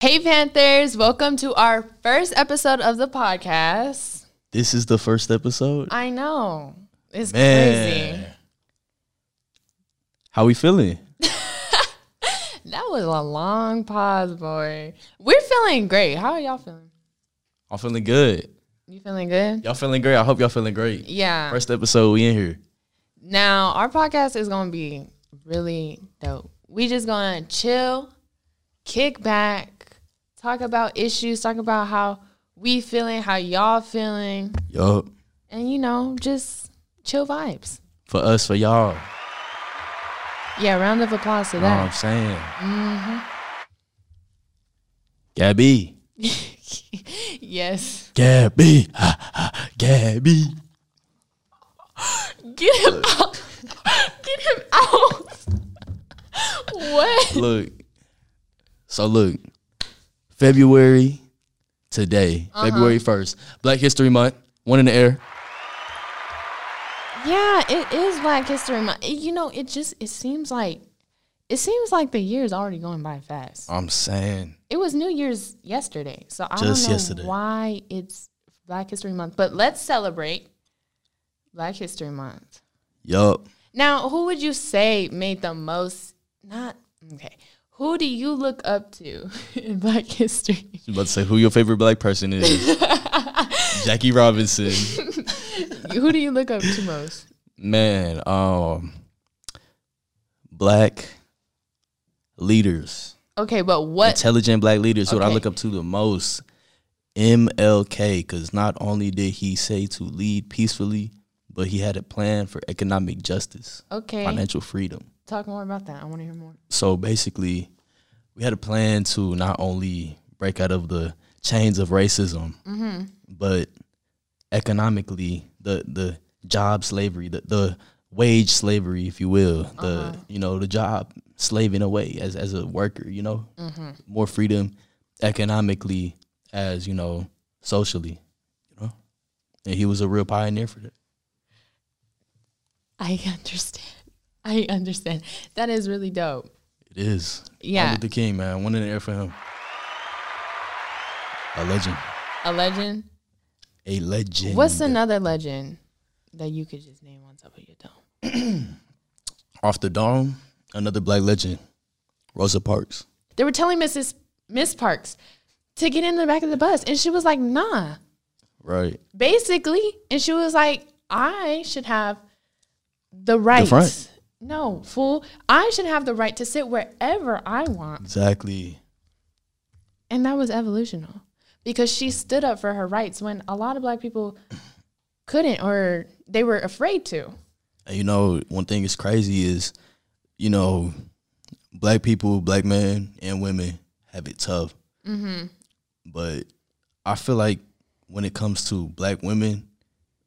Panthers, welcome to our first episode of the podcast. This is the first episode. I know. It's crazy. How we feeling? That was a long pause, boy. We're feeling great. How are y'all feeling? I'm feeling good. You feeling good? Y'all feeling great. I hope y'all feeling great. Yeah. First episode, we in here. Now, our podcast is going to be really dope. We just going to chill, kick back, talk about issues, talk about how we feeling, how y'all feeling, Yup. and you know, just chill vibes. For us, for y'all. Know Yeah, round of applause to what that. I'm saying. Mm-hmm. Gabby. yes. Gabby. Ha, ha, Gabby. Get him out. Get him out. what? Look. So look. February today. Uh-huh. February 1st. Black History Month. One in the air. Yeah, it is Black History Month. You know, it just it seems like it seems like the year's already going by fast. I'm saying. It was New Year's yesterday, so I Just don't know yesterday. why it's Black History Month. But let's celebrate Black History Month. Yup. Now, who would you say made the most? Not okay. Who do you look up to in Black History? You about to say who your favorite black person is. Jackie Robinson. who do you look up to most? Man, um black leaders. Okay, but what Intelligent black leaders who I Okay. look up to the most. MLK, cause not only did he say to lead peacefully, but he had a plan for economic justice, Okay. financial freedom. Talk more about that. I want to hear more. So basically, we had a plan to not only break out of the chains of racism, but economically, the the job slavery, the, the wage slavery, if you will, the you know the job slaving away as as a worker, you know, more freedom economically as you know socially, you know, and he was a real pioneer for that. I understand. I understand. That is really dope. It is. Yeah. Martin Luther King, man. One in the air for him. A legend. A legend. A legend. What's another legend that you could just name on top of your dome? Off the dome, another black legend. Rosa Parks. They were telling Mrs. Miss Parks to get in the back of the bus, and she was like, "Nah." Right. basically. And she was like, I should have the right. front. No, fool. I should have the right to sit wherever I want. Exactly. And that was evolutional because she stood up for her rights when a lot of black people couldn't or they were afraid to. And you know, one thing that's crazy is, you know, black people, black men and women have it tough. Mm-hmm. But I feel like when it comes to black women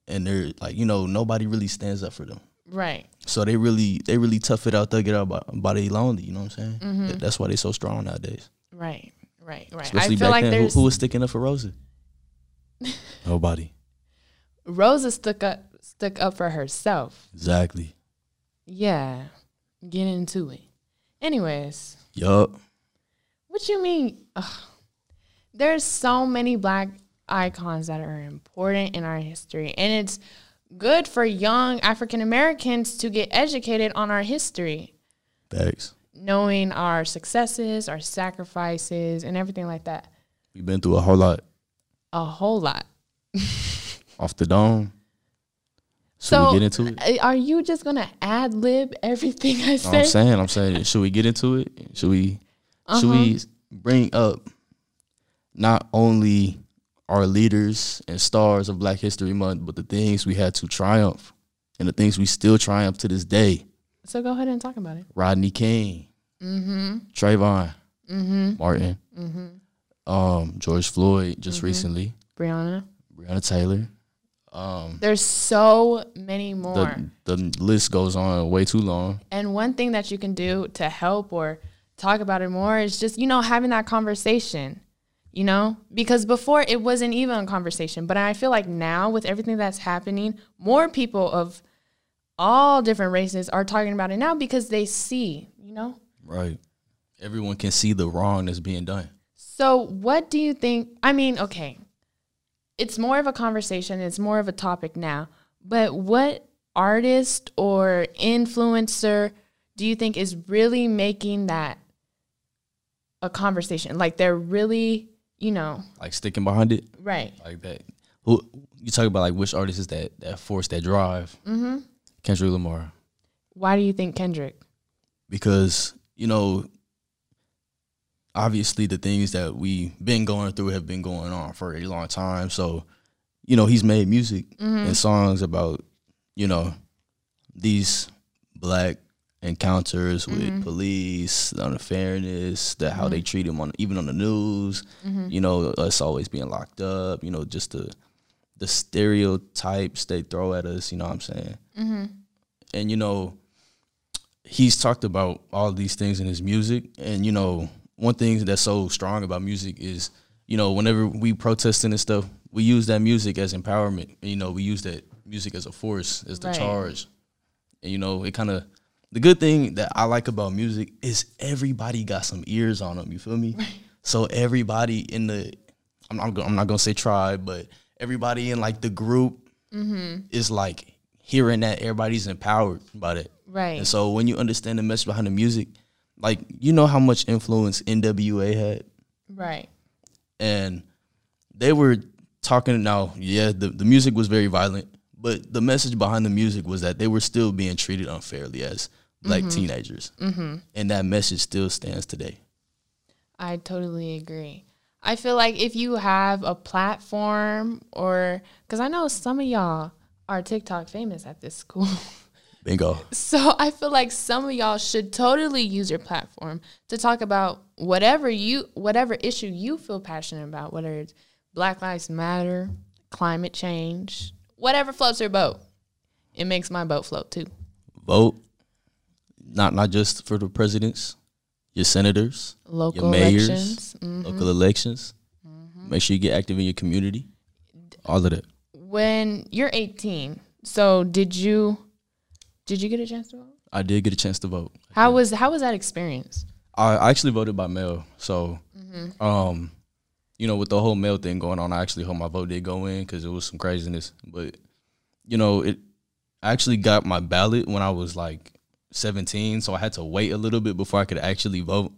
and they're like, you know, nobody really stands up for them. Right. So they really they really tough it out, thug it out by, by they lonely. You know what I'm saying? That- That's why they so strong nowadays. Right. Right. Right. Especially I feel back like then, who, there's who was sticking up for Rosa? Nobody. Rosa stuck up stuck up for herself. Exactly. Yeah. Get into it. Anyways. Yup. What you mean? Ugh. There's so many black icons that are important in our history, and it's good for young African Americans to get educated on our history, Facts. knowing our successes, our sacrifices, and everything like that. We've been through a whole lot A whole lot. off the dome. Should so, we get into it? uh, are you just gonna ad lib everything I No, I'm say? saying, I'm saying, should we get into it? Should we? Should we Uh-huh. bring up not only our leaders and stars of Black History Month, but the things we had to triumph and the things we still triumph to this day? So go ahead and talk about it. Rodney King, Trayvon Martin, um, George Floyd just recently, Brianna, Breonna Taylor. there's so many more. The, the list goes on way too long. And one thing that you can do to help or talk about it more is just, you know, having that conversation, you know? Because before it wasn't even a conversation. But I feel like now with everything that's happening, more people of all different races are talking about it now because they see, you know? Right. Everyone can see the wrong that's being done. So, what do you think? I mean, okay, it's more of a conversation, it's more of a topic now, but what artist or influencer do you think is really making that a conversation? Like, they're really, you know, Like sticking behind it, right. like that. Who you talk about? Like which artist is that that force that drive? Mm-hmm. Kendrick Lamar, Why do you think Kendrick? because you know, obviously the things that we been going through have been going on for a long time. So, you know, he's made music and songs about you know these black encounters with police, the unfairness, the how they treat him on even on the news. You know, us always being locked up. You know, just the the stereotypes they throw at us. You know what I'm saying? And you know, he's talked about all these things in his music. And you know, one thing that's so strong about music is you know whenever we protesting and stuff, we use that music as empowerment. You know, we use that music as a force, as the Right. charge. And you know, it kind of the good thing that I like about music is everybody got some ears on them. You feel me? So everybody in the I'm not, gonna- I'm not gonna say tribe, but everybody in like the group is like hearing that everybody's empowered by that. Right. And so when you understand the message behind the music, like you know how much influence NWA had Right. and they were talking now yeah the, the music was very violent but the message behind the music was that they were still being treated unfairly as black teenagers mm-hmm. and that message still stands today I totally agree. I feel like if you have a platform or because I know some of y'all are TikTok famous at this school. bingo so I feel like some of y'all should totally use your platform to talk about whatever you whatever issue you feel passionate about, whether it's Black Lives Matter, climate change, whatever floats your boat. It makes my boat float too. vote not not just for the presidents your senators Local mayors. elections. Mm. local elections make sure you get active in your community all of that When you're 18, so did you did you get a chance to vote? i did get a chance to vote How was how was that experience? I I actually voted by mail. So, um, you know, with the whole mail thing going on, I actually hope my vote did go in because it was some craziness. But, you know, it I actually got my ballot when I was like 17, so I had to wait a little bit before I could actually vote.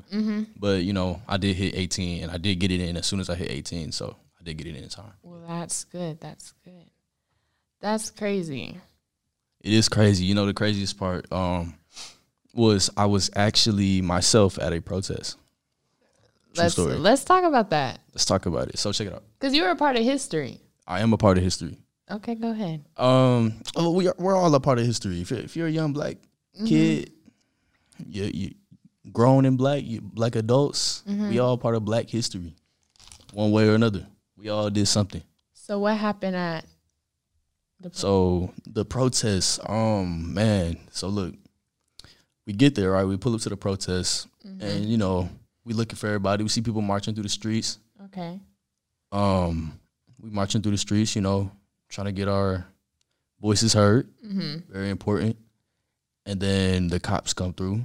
But you know, I did hit 18, and I did get it in as soon as I hit 18, so I did get it in time. Well, that's good. That's good. That's crazy. It is crazy. You know, the craziest part um was I was actually myself at a protest. True let's story. let's talk about that Let's talk about it. So check it out. because you were a part of history. I am a part of history. Okay, go ahead. Um, oh, we are, we're all a part of history. If you're, if you're a young black kid, you you grown and black, you black adults, we all part of black history, one way or another. We all did something. So what happened at? So the protests, um, man. So look, we get there, right? We pull up to the protests, and you know, we looking for everybody. We see people marching through the streets. Okay, um, we marching through the streets, you know, trying to get our voices heard. Very important. And then the cops come through.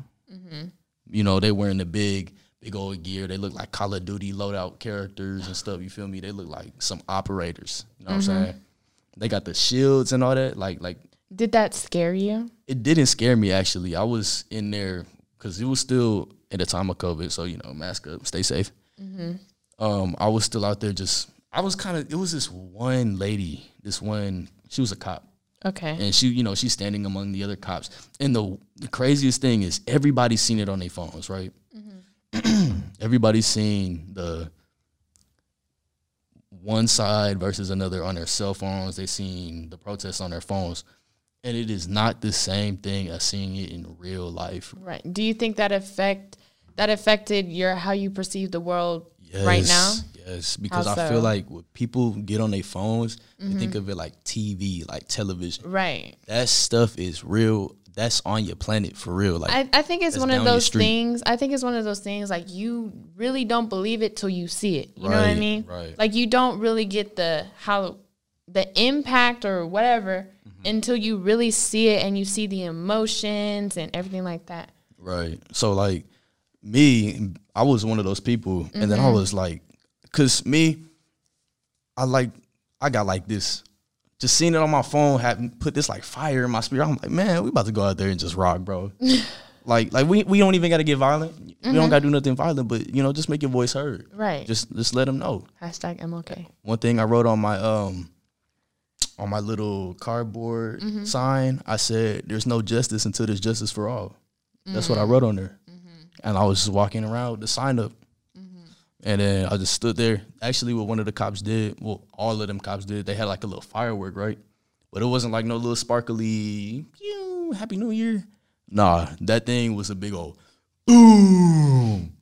You know, they wearing the big, big old gear. They look like Call of Duty loadout characters and stuff. You feel me? They look like some operators. You know what I'm saying? They got the shields and all that. Like, like did that scare you? it didn't scare me actually. I was in there because it was still at the time of COVID, so you know, mask up, stay safe. Um, I was still out there. Just I was kind of. It was this one lady. This one. She was a cop, Okay, and she, you know, she's standing among the other cops. And the, the craziest thing is everybody's seen it on their phones, right? Mm-hmm. everybody's seen the one side versus another on their cell phones. They've seen the protests on their phones. And it is not the same thing as seeing it in real life. right. Do you think that affect that affected your how you perceive the world right now? Yes, Yes, because I so? Mm-hmm. feel like when people get on their phones, they think of it like TV, like television. Right. That stuff is real. That's on your planet for real. Like I, I think it's That's one of down your those street. things. I think it's one of those things like you really don't believe it till you see it. You know what I Right, mean? right. Like you don't really get the how the impact or whatever Mm-hmm. until you really see it and you see the emotions and everything like that. Right. So like me, I was one of those people, and then I was like, cause me, I like, I got like this. Just seeing it on my phone had put this like fire in my spirit. I'm like, man, we about to go out there and just rock, bro. like, like we, we don't even got to get violent. We don't got to do nothing violent, but you know, just make your voice heard. Right. Just just let them know. Hashtag MLK. One thing I wrote on my um on my little cardboard sign, I said, "There's no justice until there's justice for all." That's what I wrote on there, and I was just walking around with the sign up, and then I just stood there. Actually, what one of the cops did, well, all of them cops did, they had like a little firework, right? But it wasn't like no little sparkly, "Pew, "Happy New Year." Nah, that thing was a big old boom,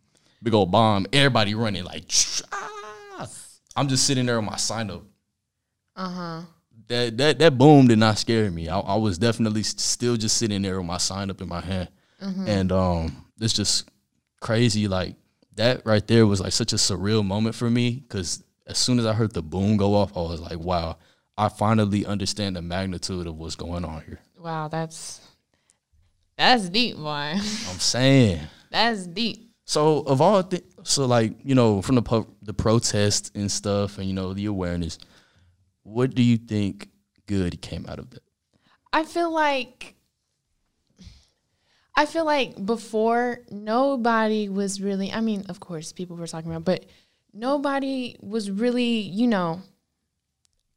big old bomb. Everybody running like, ah. I'm just sitting there with my sign up Uh huh. that that that boom did not scare me. I, I was definitely s- still just sitting there with my sign up in my hand, and um, it's just crazy. Like that right there was like such a surreal moment for me because as soon as I heard the boom go off, I was like, wow, I finally understand the magnitude of what's going on here. Wow, that's that's deep, boy. I'm saying. That's deep. So of all thi- so like you know from the po- the protests and stuff and you know the awareness, what do you think good came out of that? I feel like I feel like before nobody was really I mean, of course people were talking about, but nobody was really, you know,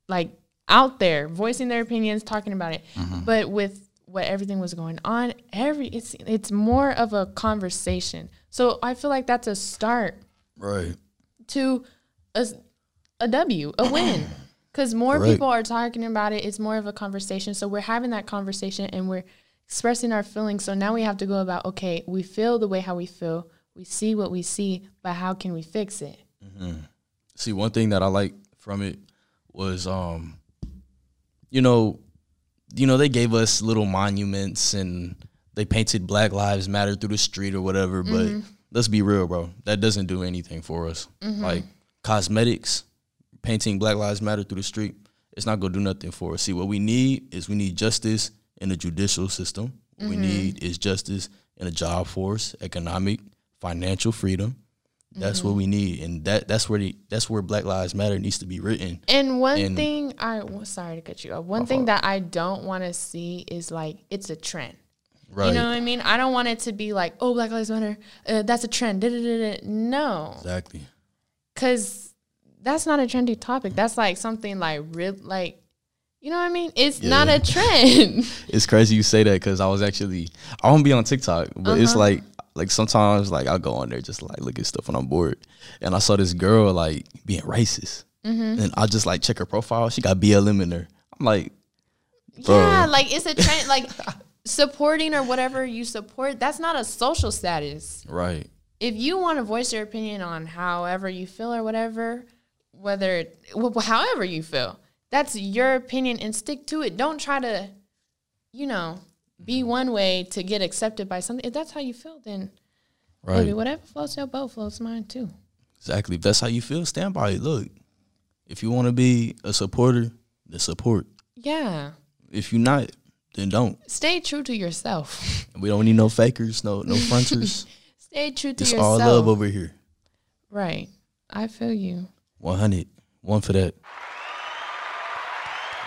like out there voicing their opinions, talking about it. But with what everything was going on, every it's it's more of a conversation. So I feel like that's a start Right. to a, s- a W, a win. Because more Correct. people are talking about it. It's more of a conversation. So we're having that conversation and we're expressing our feelings. So now we have to go about, okay, we feel the way how we feel. We see what we see, but how can we fix it? see one thing that I like from it was um you know you know they gave us little monuments and they painted black lives matter through the street or whatever but let's be real bro that doesn't do anything for us like cosmetics painting black lives matter through the street it's not going to do nothing for us see what we need is we need justice in the judicial system what we need is justice in the job force economic financial freedom that's Mm-hmm. what we need, and that that's where the that's where Black Lives Matter needs to be written. And one And- thing I, well, sorry to cut you off. One thing that I don't want to see is like, it's a trend. Right. You know what I mean? I don't want it to be like, oh, Black Lives Matter, uh, that's a trend. da, da, da, da. No. exactly. Cause that's not a trendy topic. That's like something like real, like you know what I mean. It's not a trend. It's crazy you say that because I was actually I won't be on TikTok, but Uh-huh. it's like like sometimes like I'll go on there just like look at stuff when I'm bored, and I saw this girl like being racist, Mm-hmm. and I just like check her profile. She got BLM in her. I'm like, yeah, like it's a trend. Like supporting or whatever you support, that's not a social status. right, If you want to voice your opinion on however you feel or whatever, whether wh- however you feel, that's your opinion and stick to it. Don't try to, you know, be one way to get accepted by something. If that's how you feel, then right, baby, whatever floats your boat floats mine too. exactly. If that's how you feel, stand by it. Look, if you want to be a supporter, then support. Yeah. If you're not, then don't. stay true to yourself. We don't need no fakers, no no fronters. stay true to It's all yourself. love over here. right. I feel you. 100. One for that.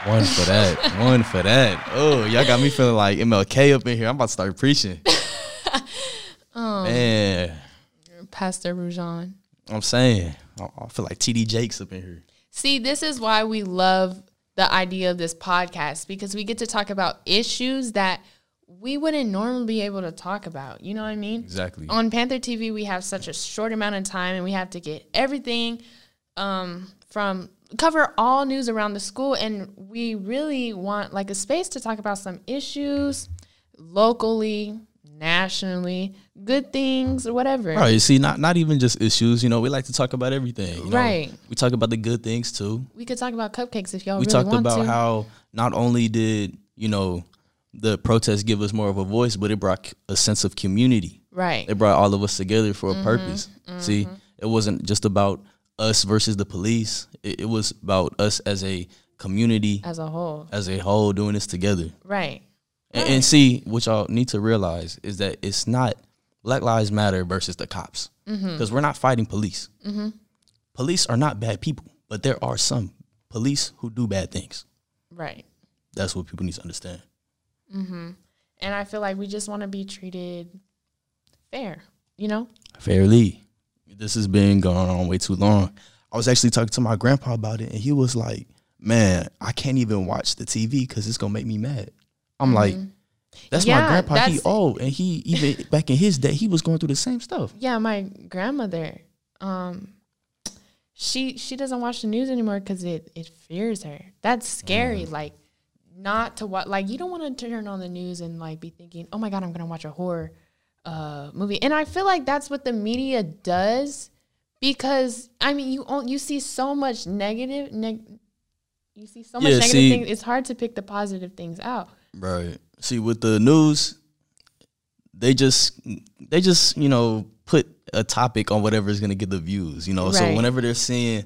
One for that. One for that. Oh, y'all got me feeling like MLK up in here. I'm about to start preaching. Um. Man, Pastor Rujan. I'm saying. I I feel like TD Jakes up in here. See, this is why we love the idea of this podcast because we get to talk about issues that we wouldn't normally be able to talk about. You know what I mean? Exactly. On Panther TV, we have such a short amount of time and we have to get everything um, from cover all news around the school. And we really want like a space to talk about some issues locally, nationally, good things, or whatever. All right, see, not not even just issues. You know, we like to talk about everything. you know. Right. We talk about the good things too. We could talk about cupcakes if y'all we really talked want about to. how not only did you know the protests give us more of a voice, but it brought a sense of community. right. It brought all of us together for a purpose. See, it wasn't just about us versus the police. It, it was about us as a community As a whole. as a whole doing this together. Right. And, and see, what y'all need to realize is that it's not Black Lives Matter versus the cops because we're not fighting police. Police are not bad people, but there are some police who do bad things. Right. That's what people need to understand. And I feel like we just want to be treated fair, you know? Fairly. This has been going on way too long. I was actually talking to my grandpa about it, and he was like, Man, I can't even watch the TV because it's going to make me mad. I'm like, That's Mm-hmm. Yeah, my grandpa. he that's- old, and he, even back in his day, he was going through the same stuff. Yeah, my grandmother, um, she she doesn't watch the news anymore because it it fears her. That's scary. Mm. Like not to what like you don't want to turn on the news and like be thinking, oh my god, I'm gonna watch a horror uh movie. And I feel like that's what the media does because I mean you on- you see so much negative neg- you see so much Yeah, negative see- things. It's hard to pick the positive things out. Right. See, with the news, they just they just you know put a topic on whatever is going to get the views. You know, so Right. whenever they're seeing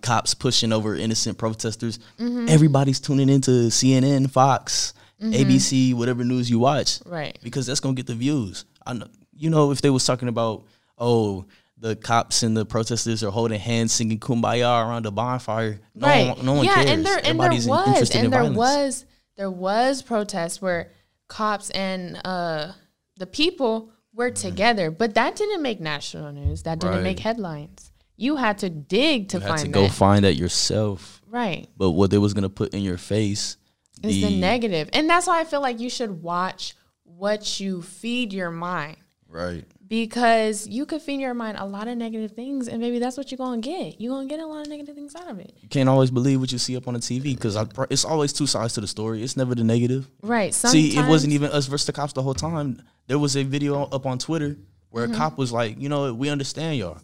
cops pushing over innocent protesters, Mm-hmm. everybody's tuning into CNN, Fox, ABC, whatever news you watch, Right. because that's going to get the views. I know, you know, if they was talking about oh. The cops and the protesters are holding hands, singing "Kumbaya" around the bonfire. No right. one, no one yeah, cares. and there and there Everybody's was interested and in there violence. was there was protests where cops and uh the people were together, but that didn't make national news. That didn't Mm-hmm. Right. make headlines. You had to dig to you had find to that. go find that yourself. right. but what they was gonna put in your face It's the negative. And that's why I feel like you should watch what you feed your mind. right Because you could feed your mind a lot of negative things, and maybe that's what you're gonna get. You're gonna get a lot of negative things out of it. you can't always believe what you see up on the tv because it's always two sides to the story it's never the negative Right. see it wasn't even us versus the cops the whole time there was a video up on twitter where Mm-hmm. a cop was like you know we understand y'all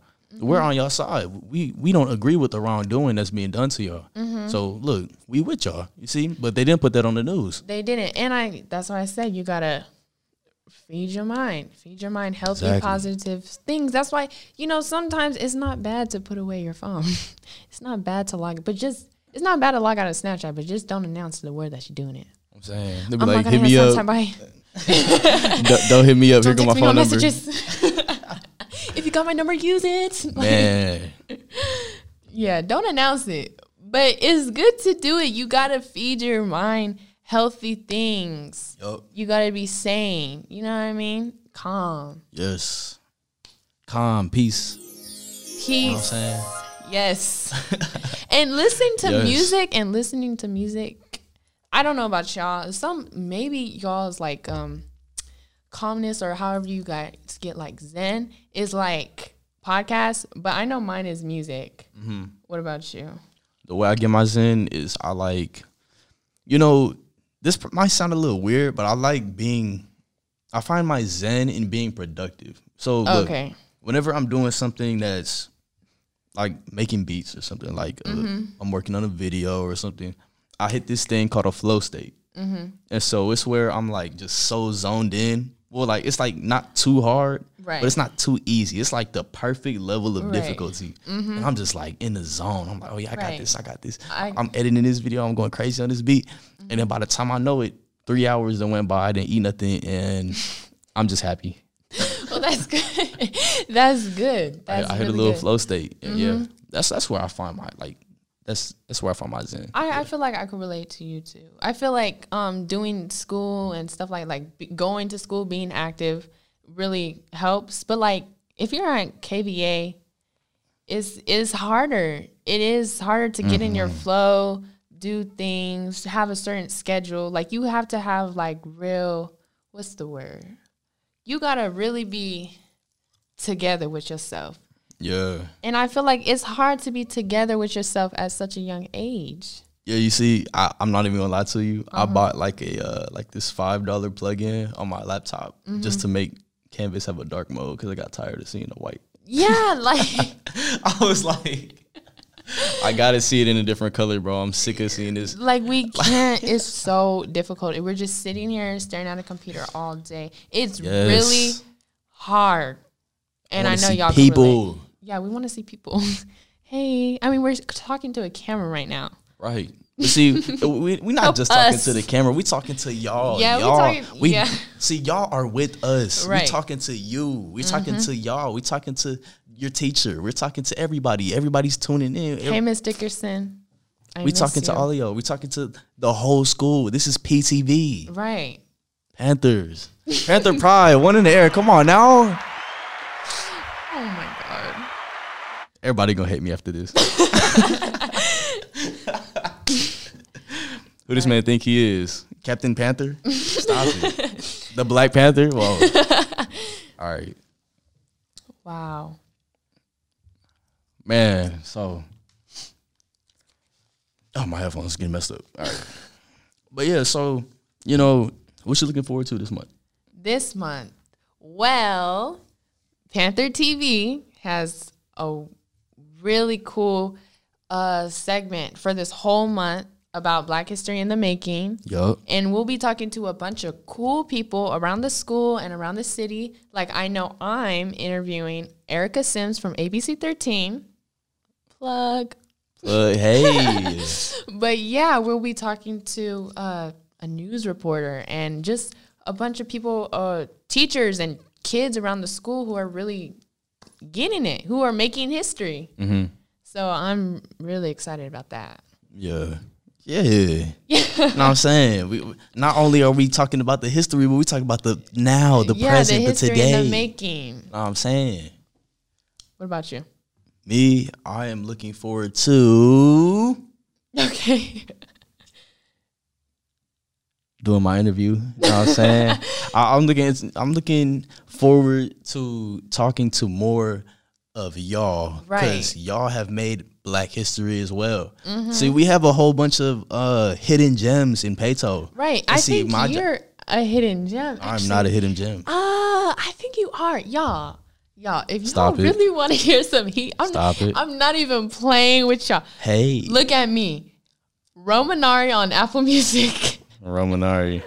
we're on y'all side we we don't agree with the wrongdoing that's being done to y'all Mm-hmm. so look we with y'all you see but they didn't put that on the news They didn't. And I that's why I said you gotta feed your mind. Feed your mind healthy, Exactly. positive things. That's why, you know, sometimes it's not bad to put away your phone. it's not bad to log but just it's not bad to log out of Snapchat, but just don't announce to the world that you're doing it. i'm saying they be I'm like not gonna hit have me some up time by don't, don't hit me up here don't go text me my no phone number messages. if you got my number, use it. Like, man Yeah, don't announce it. But it's good to do it. You gotta feed your mind healthy things. Yup. You gotta be sane. You know what I mean? Calm. yes calm peace Peace. saying? Yes. and listen to Yes. music and listening to music. I don't know about y'all. Some maybe y'all's like um calmness or however you guys get like zen is like podcasts, but I know mine is music. Mm-hmm. What about you? The way I get my zen is I like, you know, this pr- might sound a little weird, but I like being, I find my zen in being productive. So look, Okay. whenever I'm doing something that's like making beats or something, like uh, Mm-hmm. I'm working on a video or something, I hit this thing called a flow state. Mm-hmm. And so it's where I'm like just so zoned in. Well, like it's like not too hard, Right. but it's not too easy. It's like the perfect level of Right. Mm-hmm. difficulty. And I'm just like in the zone. I'm like, oh yeah, I got Right. this. I got this. I, I- Mm-hmm. am editing this video. I'm going crazy on this beat. And then by the time I know it, three hours that went by, I didn't eat nothing, and I'm just happy. Well, that's good. that's good. I, That's I really hit a little good. Mm-hmm. flow state. and Yeah, that's that's where I find my like. That's that's where I find my zen. I, I feel like I could relate to you too. I feel like um, doing school and stuff like like b- going to school, being active, really helps. But like if you're on KVA, it's it's harder. It is harder to get in your flow, do things, have a certain schedule. Like you have to have like real. What's the word? You gotta really be together with yourself. yeah, And I feel like it's hard to be together with yourself at such a young age. yeah. You see, I, I'm not even gonna lie to you. Uh-huh. I bought like a uh, like this five dollar plug-in on my laptop Mm-hmm. just to make Canvas have a dark mode because I got tired of seeing the white. Yeah, like I was like, I gotta see it in a different color, bro. I'm sick of seeing this. like we can't. It's so difficult. We're just sitting here staring at a computer all day. It's really Yes. hard. And I, wanna know see y'all can people. relate. Yeah, we want to see people. hey, I mean, we're talking to a camera right now. Right. But see, uh, we we not Help just talking us. to the camera. We talking to y'all. Yeah, we y'all. talking- we yeah. see y'all are with us. We Right. Mm-hmm. talking to you. We talking to y'all. We talking to your teacher. We're talking to everybody. Everybody's tuning in. Hey, Miss Dickerson. I we miss talking to you. all of y'all. We talking to the whole school. This is PTV Right. Panthers. Panther pride. One in the air. Come on now. Oh my God. Everybody gonna hate me after this. Who this man think he is? Captain Panther? Stop it. The Black Panther? Whoa. All right. Wow. Man, so Oh my headphones getting messed up. All right. But yeah, so you know, what you looking forward to this month? This month, well, Panther TV has a really cool uh, segment for this whole month about Black history in the making. Yup. And we'll be talking to a bunch of cool people around the school and around the city. Like I know I'm interviewing Erica Sims from ABC 13. Plug. But hey. But yeah, we'll be talking to uh, a news reporter and just a bunch of people, uh, teachers and kids around the school who are really getting it, who are making history. Mm-hmm. So I'm really excited about that. Yeah. Yeah. Yeah. know what I'm saying? We, we- not only are we talking about the history, but we talk about the now, the yeah, present, the the, history today. in the making. know what I'm saying? What about you? Me, I am looking forward to Okay. doing my interview. You know what I'm saying? I, I'm looking I'm looking forward to talking to more of y'all. Right. Mm-hmm. y'all have made black history as well. See, we have a whole bunch of uh, hidden gems in Peto. Right. And I see, think my jo- you're a hidden gem. I'm actually. not a hidden gem. Ah, I think you are, y'all. Y'all, if Stop it. y'all really want to hear some heat, I'm, Stop it. I'm not even playing with y'all. Hey. Look at me, Romanari on Apple Music. Romanari.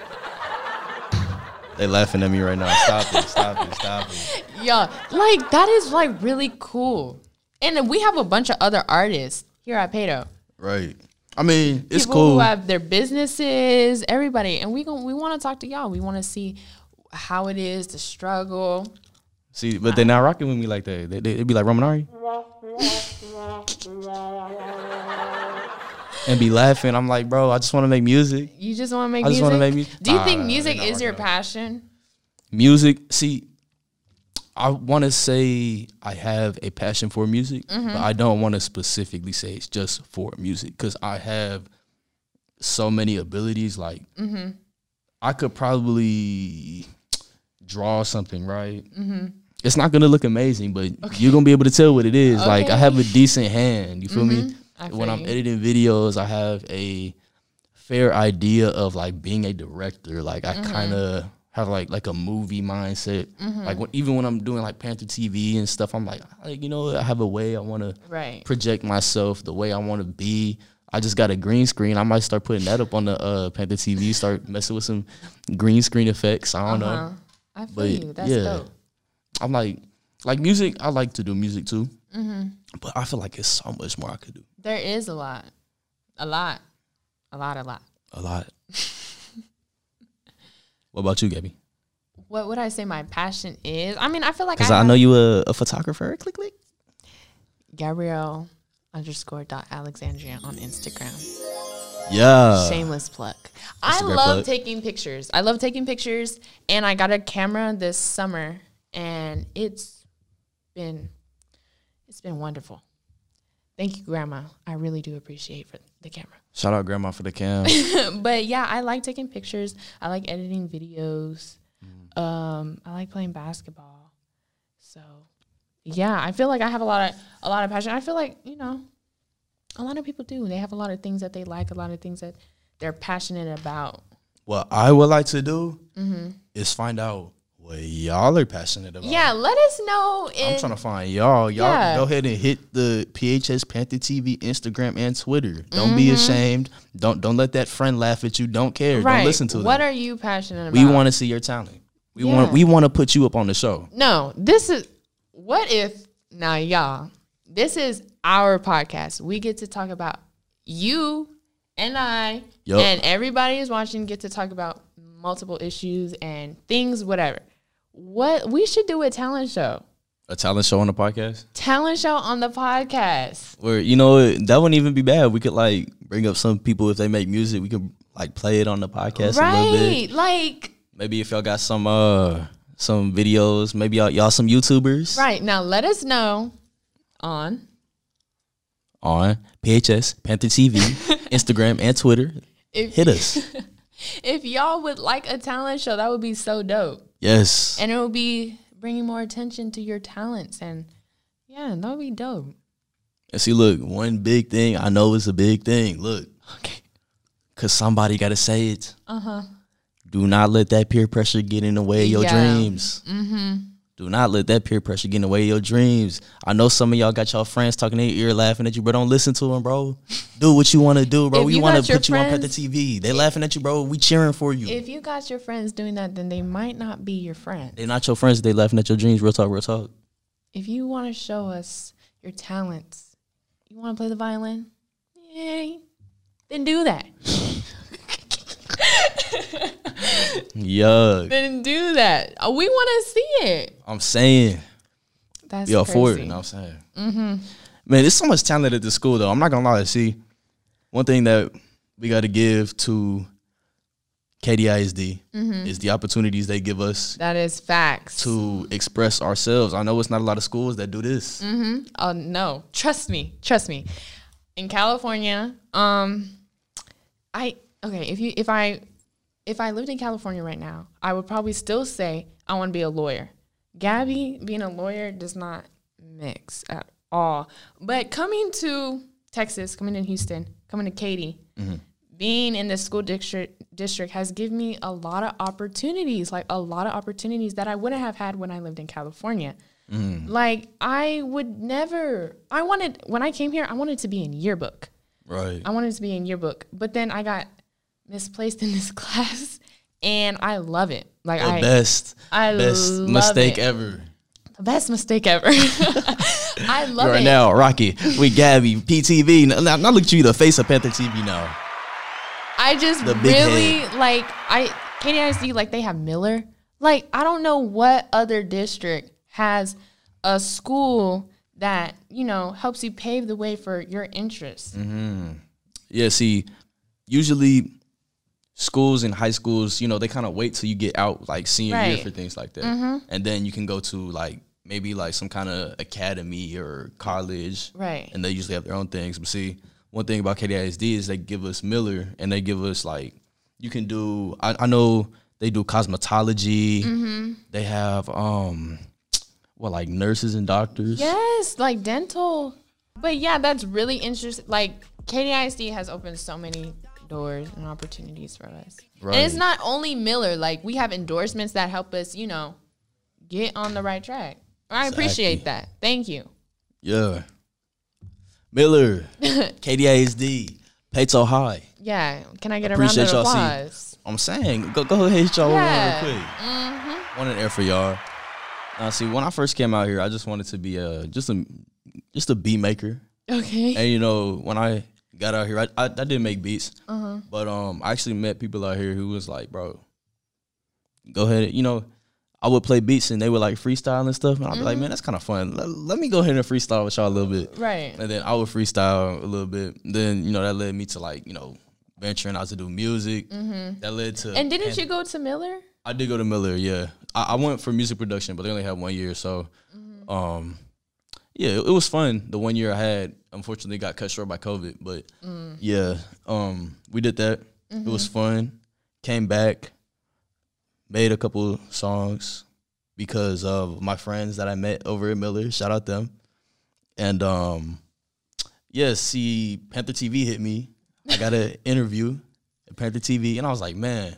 they laughing at me right now. Stop it! Stop it! Stop it! y'all, like that is like really cool. And then we have a bunch of other artists here at Pato. Right. I mean, it's People cool. who have their businesses, everybody, and we gon' we want to talk to y'all. We want to see how it is to struggle. See, but they're not rocking with me like that. They, they, they be like Romanari. and be laughing. I'm like, bro, I just want to make music. You just want to make I just music. wanna make mu- Do you Nah, think nah, nah, music they're not is your working passion? Music. See, I want to say I have a passion for music, Mm-hmm. but I don't want to specifically say it's just for music because I have so many abilities. Like, Mm-hmm. I could probably draw something, right? Mm-hmm. It's not gonna look amazing, but you're gonna be able to tell what it is. Like, I Okay. Mm-hmm. have a decent hand. You feel me? I when feel I'm you. editing videos, I have a fair idea of like being a director. Like I kind of have like like a movie mindset. Like when, even when I'm doing like Panther TV and stuff, I'm like, I- you know, I have a way I want to Right. project myself the way I want to be. I just got a green screen. I might start putting that up on the uh, Panther TV. Start messing with some green screen effects. I don't know. I feel But you. That's yeah, dope. I'm like, like music. I like to do music too, but I feel like it's so much more I could do. There is a lot. A lot. A lot, a lot. A lot. what about you, Gabby? What would I say my passion is? I mean, I feel like Because I, know you a, a photographer. Click click. Gabrielle underscore dot Alexandria on Instagram. Yeah. Shameless plug. I Uh, Instagram love plug. taking pictures. I love taking pictures and I got a camera this summer and it's been it's been wonderful. Thank you, Grandma. I really do appreciate for the camera. Shout out grandma for the cam. but yeah, I like taking pictures. I like editing videos. Mm. Um, I like playing basketball. So yeah, I feel like I have a lot of a lot of passion. I feel like, you know, a lot of people do. They have a lot of things that they like, a lot of things that they're passionate about. what I would like to do Mm-hmm. is find out what y'all are passionate about. Yeah, let us know I'm in trying to find y'all. Y'all Yeah. go ahead and hit the PHS Panther TV Instagram and Twitter. Don't Mm-hmm. be ashamed. Don't don't let that friend laugh at you. Don't care. Don't listen to what them. are you passionate about? we want to see your talent. We want Yeah. we want to put you up on the show. No, this is what if now y'all. This is our podcast. We get to talk about you and I Yup. and everybody is watching get to talk about multiple issues and things, whatever. What we should do a talent show. A talent show on the podcast Talent show on the podcast. where you know that wouldn't even be bad. We could like bring up some people if they make music. We could like play it on the podcast a little bit. right. Like Maybe if y'all got some uh some videos. Maybe y'all y'all some YouTubers right. Now let us know on on PHS Panther TV, Instagram and Twitter. if Hit us. if y'all would like a talent show, that would be so dope. Yes. And it would be bringing more attention to your talents and yeah, that would be dope. And see, look, one big thing, I know it's a big thing. Look, Okay. Uh-huh. because somebody got to say it. Uh huh. Do not let that peer pressure get in the way of your Yeah. Mm-hmm. dreams. Mm hmm. Do not let that peer pressure get in the way of your dreams. I know some of y'all got y'all friends talking in your ear, laughing at you, but don't listen to them, bro. Do what you want to do, bro. If we you want got to your put you on Pet the friends- TV. They laughing at you, bro. We cheering for you. If you got your friends doing that, then they might not be your friend. They're not your friends. They laughing at your dreams. Real talk, real talk. If you want to show us your talents, you want to play the violin? Yay. Then do that. Yuck. Then do that. Uh, We want to see it. I'm saying. That's Yeah, crazy. for it. You know what I'm saying? Mm-hmm. Man, there's so much talent at the school, though. I'm not going to lie. See, one thing that we got to give to KDISD Mm-hmm. is the opportunities they give us That is facts. to express ourselves. I know it's not a lot of schools that do this. Oh no, trust me, trust me. In California, um, I okay. If you if I if I lived in California right now, I would probably still say I want to be a lawyer. Gabby being a lawyer does not mix at all. But coming to Texas, coming to Houston, coming to Katy, being in the school district district has given me a lot of opportunities, like a lot of opportunities that I wouldn't have had when I lived in California. Mm. Like I would never I wanted when I came here, I wanted to be in yearbook. Right. I wanted to be in yearbook, but then I got misplaced in this class and I love it. Like the I best, I best love mistake it. ever. the best mistake ever. I love Right it. now, Rocky, we Gabby, PTV. Now, now, now look at you, the face of Panther TV now. I just The big really like I KDIC like they have Miller. Like I don't know what other district has a school that, you know, helps you pave the way for your interests. Mm. Yeah, see, usually schools and high schools, you know, they kind of wait till you get out like senior Right. Mm-hmm. year for things like that. And then you can go to like maybe like some kind of academy or college. Right. And they usually have their own things. But see, one thing about KDISD is they give us Miller and they give us like, you can do, I, I know they do cosmetology. Mm-hmm. They have, um, well, like nurses and doctors. Yes, like dental. But yeah, that's really interesting. Like KDISD has opened so many doors and opportunities for us. And it's Right. not only Miller. Like we have endorsements that help us, you know, get on the right track. I appreciate that. Thank you. Yeah. Miller, KDISD, Peyto High. Yeah. Can I get Appreciate a round y'all of see- applause? I'm saying, go, go ahead, hit y'all Yeah. one real quick. One in there for y'all. Now, see, when I first came out here, I just wanted to be a just a just a beat maker. Okay. And you know, when I got out here, I I, I did make beats, but um, I actually met people out here who was like, bro, go ahead. You know, I would play beats and they would like freestyle and stuff, and I'd be like, man, that's kind of fun. Let, let me go ahead and freestyle with y'all a little bit. Right. And then I would freestyle a little bit. Then you know that led me to like you know venturing out to do music. That led to And didn't you go to Miller? I did go to Miller. Yeah, I, I went for music production, but they only had one year. So, um, yeah, it, it was fun. The one year I had, unfortunately, got cut short by COVID. But yeah, um, we did that. It was fun. Came back, made a couple songs because of my friends that I met over at Miller. Shout out them. And um, yeah, see, Panther TV hit me. I got an interview at Panther TV, and I was like, man,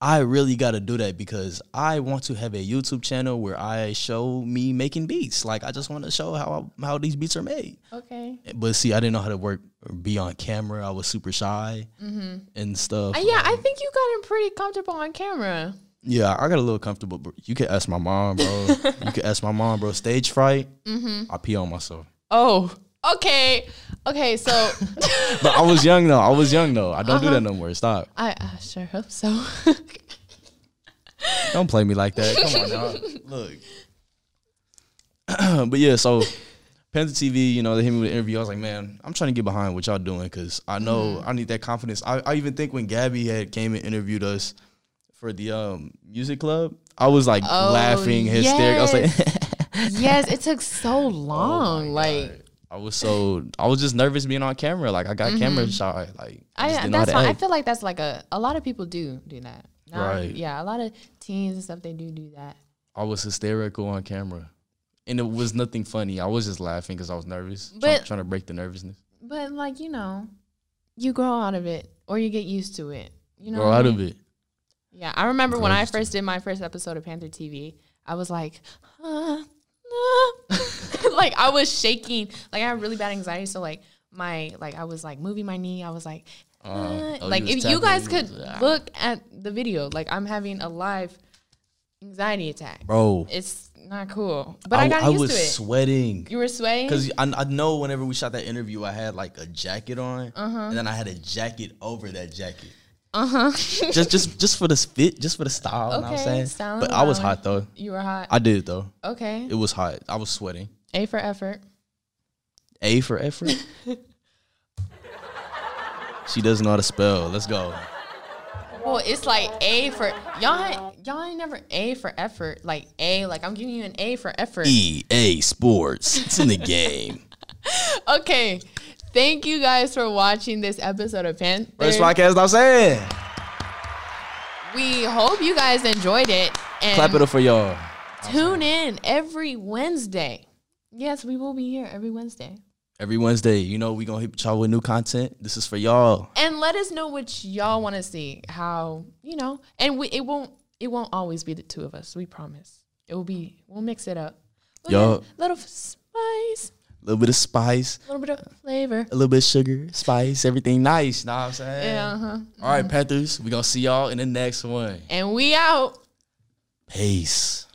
I really got to do that because I want to have a YouTube channel where I show me making beats. Like, I just want to show how how these beats are made. Okay. But see, I didn't know how to work or be on camera. I was super shy and stuff. Uh, yeah, I think you got him pretty comfortable on camera. Yeah, I got a little comfortable, but you could ask my mom, bro. you could ask my mom, bro. Stage fright, I pee on myself. Oh. okay, okay. So But I was young though. I was young though. I don't do that no more. Stop. I, I sure hope so. Don't play me like that. Come on now. Look. but yeah, so Panther TV, you know, they hit me with an interview. I was like, man, I'm trying to get behind what y'all doing because I know Mm-hmm. I need that confidence. I, I even think when Gabby had came and interviewed us for the um, music club, I was like Oh, laughing hysterical. I was like, yes, it took so Oh long. like I was so I was just nervous being on camera. Like I got camera shy. Like I, just Mm-hmm. I didn't know how that's to fine. I act. feel like that's like a a lot of people do do that. Now, Right. Yeah, a lot of teens and stuff they do do that. I was hysterical on camera, and it was nothing funny. I was just laughing because I was nervous, try- But- trying to break the nervousness. But like you know, you grow out of it or you get used to it. You know, Grow what I out mean? of it. Yeah, I remember when Grow I used to first did my first episode of Panther TV, I was like, uh, uh. like I was shaking, like I had really bad anxiety. So like my like I was like moving my knee. I was like, uh, Oh, you like was if you tapping, guys you could was- ah. look at the video, like I'm having a live anxiety attack. bro. It's not cool, but I, got used was to it. sweating you were swaying. because I, I know whenever we shot that interview, I had like a jacket on, Uh-huh. and then I had a jacket over that jacket. Uh huh. just just just for the fit, just for the style. you know what Okay, I'm saying, style but and I was allowance. hot though. you were hot. I did though. okay. It was hot. I was sweating. A for effort. A for effort. she doesn't know how to spell. Let's go. Well, it's like A for y'all. ain't- Y'all ain't never A for effort. Like A, like I'm giving you an A for effort. E. EA Sports. It's in the game. Okay, thank you guys for watching this episode of Panther. First podcast, I'm saying. We hope you guys enjoyed it and Clap it up for y'all. tune in every Wednesday. Yes, we will be here every Wednesday. Every Wednesday, you know, we going to hit y'all with new content. This is for y'all. And let us know what y'all want to see. How you know? And we it won't it won't always be the two of us. We promise. It will be. We'll mix it up. We'll Y'all- get a little spice, A little bit of spice, a little bit of flavor. a little bit of sugar, spice, everything nice. Know what I'm saying? Yeah. Uh-huh. All right, Panthers, we going to see y'all in the next one. And we out. Peace.